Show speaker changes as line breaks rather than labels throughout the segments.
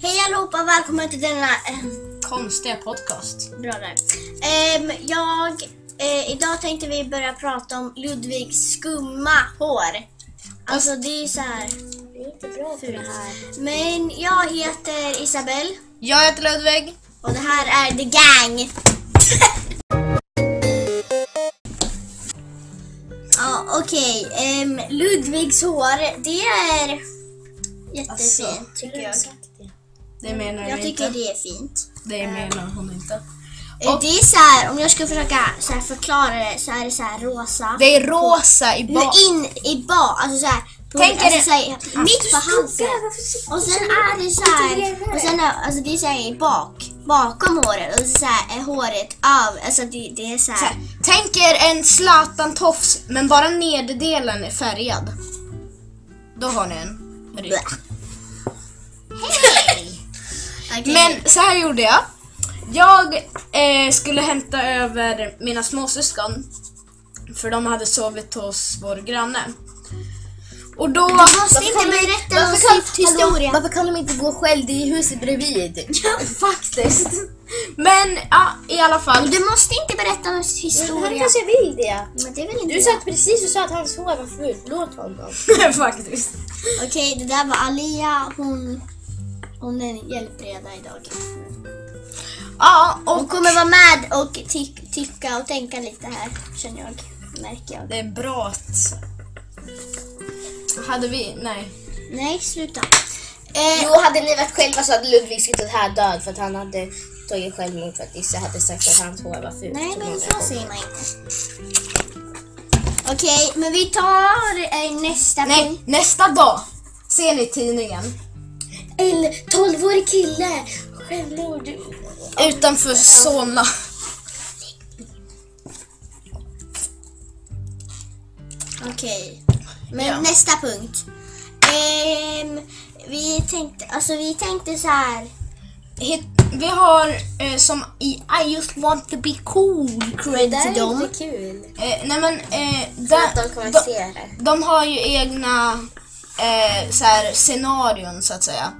Hej allihopa, välkomna till denna eh,
Konstiga podcast.
bra där. Ehm, jag, eh, idag tänkte vi börja prata om Ludvigs skumma hår. Alltså det är ju så här.
Vi är inte bra på det här.
Men jag heter Isabel
Jag heter Ludvig.
och det här är The Gang. ja, okej. ehm, Ludvigs hår, det är jättefint
Alltså,
tycker jag.
Det menar
Mm, Jag
du
tycker
inte.
det är fint.
Det menar hon inte.
Eh, Det är så här, om jag ska försöka så här förklara det så är det så här rosa.
Det är rosa i
Men
bak.
in i bak, alltså så här. På,
Tänk er
alltså,
det- Alltså,
så här, mitt på halsen. Och sen är det så här, och sen är, alltså det är så här i bak, bakom håret och så här är håret av, alltså det, det är så
Så
här.
här, Tänk er en Zlatan-tofs, men bara nederdelen är färgad. Då har ni en.
Blä.
Ryck.
Okej.
Men så här gjorde jag. Jag eh, skulle hämta över mina småsyskon. För de hade sovit hos vår granne. Och då...
måste inte berätta någon snyft historia.
Varför kan de inte gå själv? Det är huset bredvid.
Faktiskt. Men ja, i alla
Men
fall.
du måste inte berätta någon historia.
vill det.
Men det är väl inte
Du
jag.
satt precis och sa att hans hår var fult. Låt honom.
Faktiskt.
Okej, det där var Alia, hon, hon är hjälpreda idag.
Ja,
Hon
och
kommer vara med och ty- tycka och tänka lite här, känner jag. Märker jag.
det är bra att... Hade vi? Nej.
Nej, sluta.
Eh,
Eh,
Jo, hade ni varit själva så hade Ludvig suttit här död för att han hade tagit självmord för att Isse hade sagt att hans hår var fult.
Nej,
Så
men
många
så
gånger.
säger man inte. Okej, men vi tar eh, nästa
Nej, nästa dag ser ni tidningen.
En 12-årig kille. Självmord.
Utanför Solna.
Okej. Men
Ja.
nästa punkt. Ehm, vi tänkte, alltså vi tänkte så här.
Hit- Vi har eh, som i I just want to be cool
Det
cred till
här är
dem.
inte kul.
Eh, nej men, eh,
Att de
där,
kommer
de,
se det.
de har ju egna eh, så här, scenarion så att säga.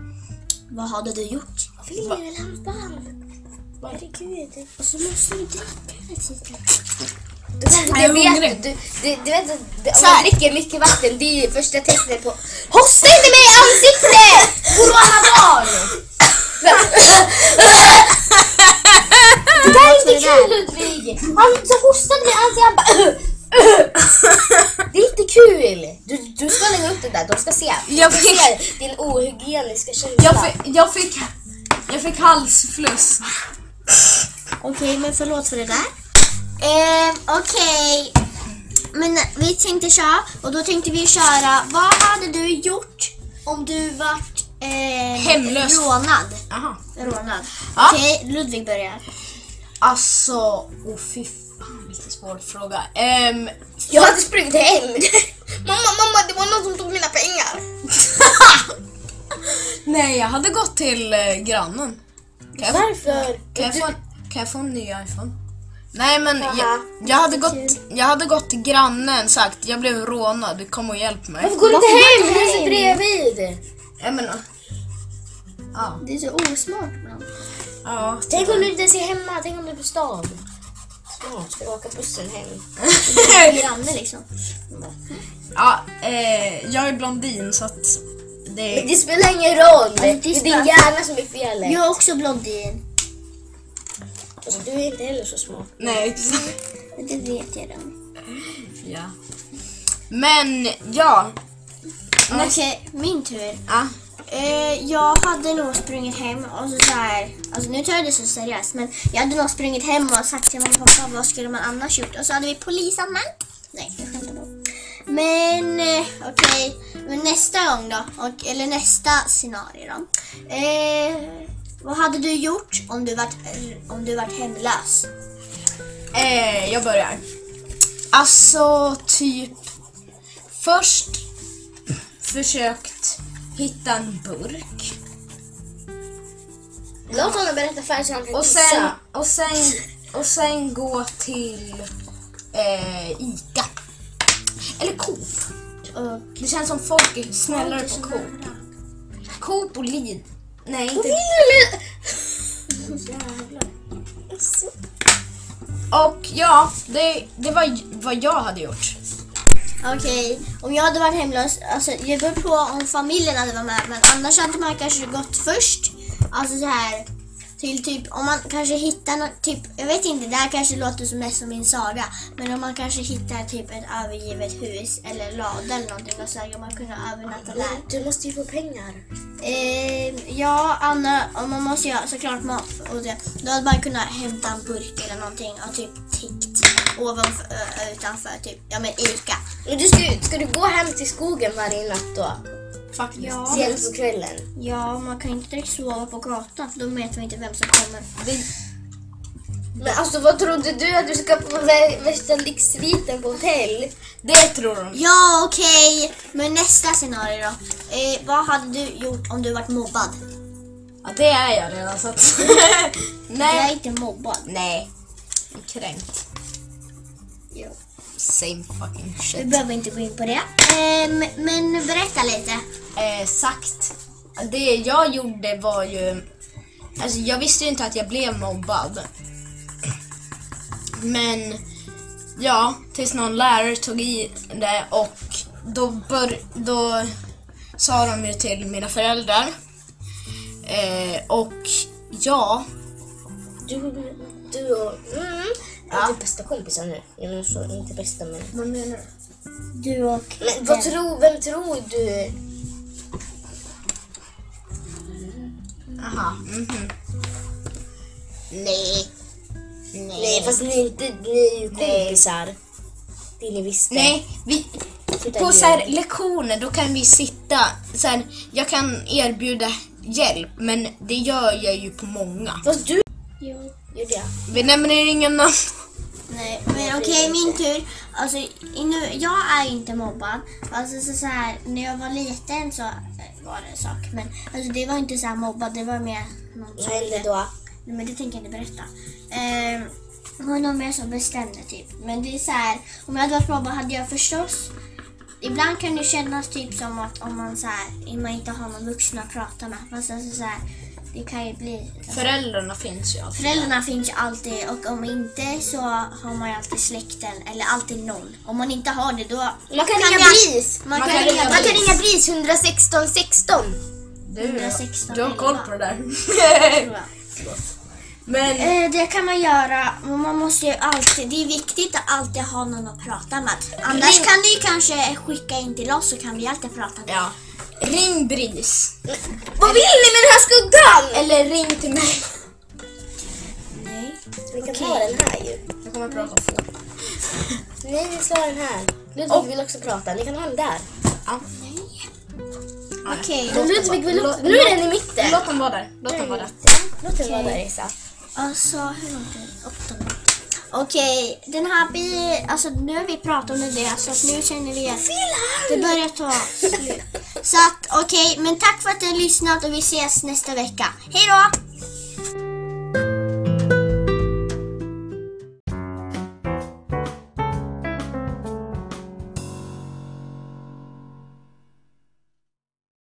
Vad hade du gjort?
Varför ligger det lampan? Herregud.
Och så måste vi dricka hela tiden.
Du vet,
Jag är
du, vet,
hungrig.
du, du, du vet att det- om
Så här.
man dricker mycket vatten, det är ju första tecknet på Hosta inte mig i ansiktet! Coronabarn! det där är inte kul Ludvig! Han så hostade mig i ansiktet, han bara Det är inte kul! Du, du ska lägga upp det där, de ska se.
Jag
De
fick-
ser din ohygieniska känsla.
Jag, fi- jag fick jag fick halsfluss.
Okej, men förlåt för det där. Ehm, Okej. Men vi tänkte köra och då tänkte vi köra. Vad hade du gjort om du vart eh,
Hemlös.
rånad?
Aha.
rånad.
Ja.
Okej, Ludvig börjar.
Alltså, oh fy fan vilken svår fråga. Ehm,
Jag hade sprungit hem. mamma, mamma, det var någon som tog mina pengar.
nej, jag hade gått till eh, grannen. Kan jag, få-
Varför?
kan, jag få, en- kan jag få en ny iPhone? Nej men jag,
Haha,
jag, hade gått, jag hade gått till grannen sagt jag blev rånad, kom och hjälp mig.
Varför går du inte
Varför
hem?
går du inte
Huset
hem?
bredvid.
Jag menar, ja.
Det är så osmart ibland.
ja.
Tänk om du inte ens är hemma. Tänk om du är på stan. Snart ska du åka bussen hem.
Granne liksom.
ja eh, jag är blondin så att det
Men det spelar ingen roll. Det
det är
är din
smart.
hjärna som är fel.
Jag är också blondin.
Alltså, du är inte heller så smart.
Nej, exakt.
Men Det vet jag redan.
Ja. Men ja.
Okej, min tur.
ja.
Eh, jag hade nog sprungit hem och så, så här, alltså nu tar jag det så seriöst men jag hade nog sprungit hem och sagt till mamma och pappa vad skulle man annars gjort och så hade vi polisanmält. Nej, jag skämtar bara. Men eh, okej, men nästa gång då, och, eller nästa scenario då. Eh, vad hade du gjort om du varit, om du varit hemlös?
Eh, jag börjar. Alltså, typ... Först försökt hitta en burk.
Låt honom berätta färdigt så han kan
Och sen,
kissa.
och sen, och sen gå till eh, Ica. Eller Coop.
Och
Det känns som folk är snällare på
så
Coop. Coop Bolid. Nej,
Vad
inte...
vill du?
Och ja, det, det var j- vad jag hade gjort.
Okej, om jag hade varit hemlös, alltså det beror på om familjen hade varit med, men annars hade man kanske gått först. Alltså så här till typ, om man kanske hittar något, typ, jag vet inte, det här kanske låter som mest som min saga, men om man kanske hittar typ ett övergivet hus eller lada eller någonting, då så hade man kunnat övernatta där.
Du måste ju få pengar.
Eh, ja, Anna, om man måste göra såklart mat och det, då hade man kunnat hämta en burk eller någonting och typ tickt ovanför, ö, utanför typ, ja men Ica.
Men du ska, ju- ska du gå hem till skogen varje natt då?
Faktiskt.
Ja.
Sent på kvällen?
Ja, man kan inte direkt sova på gatan för då vet man inte vem som kommer.
Det,
Men alltså vad trodde du att du ska på vä- värsta lyxsviten på hotell?
det tror de.
Ja, okej! Men nästa scenario då. Eh, vad hade du gjort om du varit mobbad?
Ja, det är jag redan så att...
Jag är
Nej.
inte mobbad.
Nej. Kränkt. Same fucking
Vi
shit.
behöver inte gå in på det. Ehm, men berätta lite.
Eh, sagt. Det jag gjorde var ju... Alltså jag visste ju inte att jag blev mobbad. Men... Ja, tills någon lärare tog i det och då, bör, då sa de ju till mina föräldrar. Eh, och ja,
Du, du och... Mm.
Ja.
Du är bästa kompisar nu. Jag menar så, inte bästa men...
vad menar du?
Du och...
Men vad tror, vem tror du?
Aha, mhm. Nej.
Nej fast ni är inte, ni är ju kompisar. Det ni visste.
Nej, vi,
Sluta
på
ljuga.
så här, lektioner då kan vi sitta. Så här, jag kan erbjuda hjälp men det gör jag ju på många.
Fast du
Jo.
gjorde jag.
Vi nämner ingen namn.
Nej, men okej min tur. Alltså, i nu, jag är inte mobbad. Alltså så, så här, när jag var liten så eh, var det en sak. Men alltså, det var inte så här mobbad, det var mer någon
Vad hände då?
Nej, men det tänker jag inte berätta. Ehm, det var någon mer som bestämde typ. Men det är så här, om jag hade varit mobbad hade jag förstås Ibland kan det kännas typ som att om man, så här, om man inte har någon vuxen att prata med. Fast alltså så här, det kan ju bli... alltså,
Föräldrarna finns ju alltid.
Föräldrarna finns ju alltid och om inte så har man ju alltid släkten eller alltid någon. Om man inte har det då...
Man kan ringa
jag-
BRIS.
Man, kan ringa
Man kan
BRIS.
ringa BRIS 116 16.
Du,
116
du har koll på det där.
tror jag.
men
Eh, det kan man göra, men man måste ju alltid, det är viktigt att alltid ha någon att prata med. Annars kan ni kanske skicka in till oss så kan vi alltid prata med.
ja, ring BRIS.
Vad vill ni med den här skuggan?
Eller ring till mig.
Nej.
Vi kan ta den här ju.
Jag kommer prata fort.
Nej, vi ska ha den här. Ludvig vill också prata. Ni kan ha den där.
Ja.
Okej,
Ludvig vill
låt-
också... Nu är den i mitten.
Låt dem vara där. Låt dem vara där.
Låt den vara där, Isa.
alltså hur långt är det? Åtta minuter. Okej, den här bi, alltså nu har vi pratat om det så att nu känner vi att det börjar ta slut. Så att okej, men tack för att ni har lyssnat och vi ses nästa vecka. Hej då!